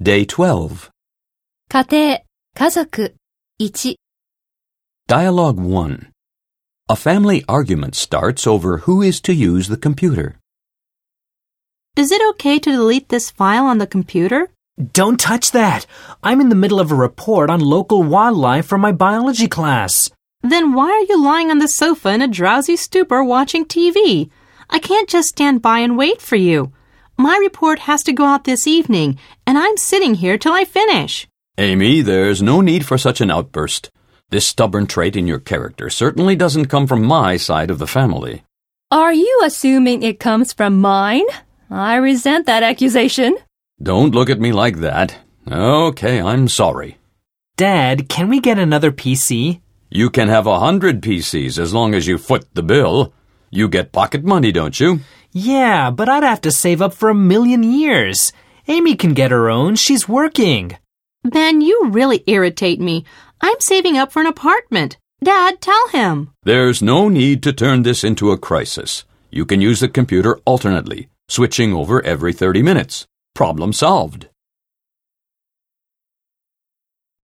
Day 12. 家庭、家族、1、 Dialogue 1. A family argument starts over who is to use the computer. Is it okay to delete this file on the computer? Don't touch that. I'm in the middle of a report on local wildlife for my biology class. Then why are you lying on the sofa in a drowsy stupor watching TV? I can't just stand by and wait for you. My report has to go out this evening, and I'm sitting here till I finish. Amy, there's no need for such an outburst. This stubborn trait in your character certainly doesn't come from my side of the family. Are you assuming it comes from mine? I resent that accusation. Don't look at me like that. Okay, I'm sorry. Dad, can we get another PC? You can have a hundred PCs as long as you foot the bill. You get pocket money, don't you? Yeah, but I'd have to save up for a million years. Amy can get her own. She's working. Ben, you really irritate me. I'm saving up for an apartment. Dad, tell him. There's no need to turn this into a crisis. You can use the computer alternately, switching over every 30 minutes. Problem solved.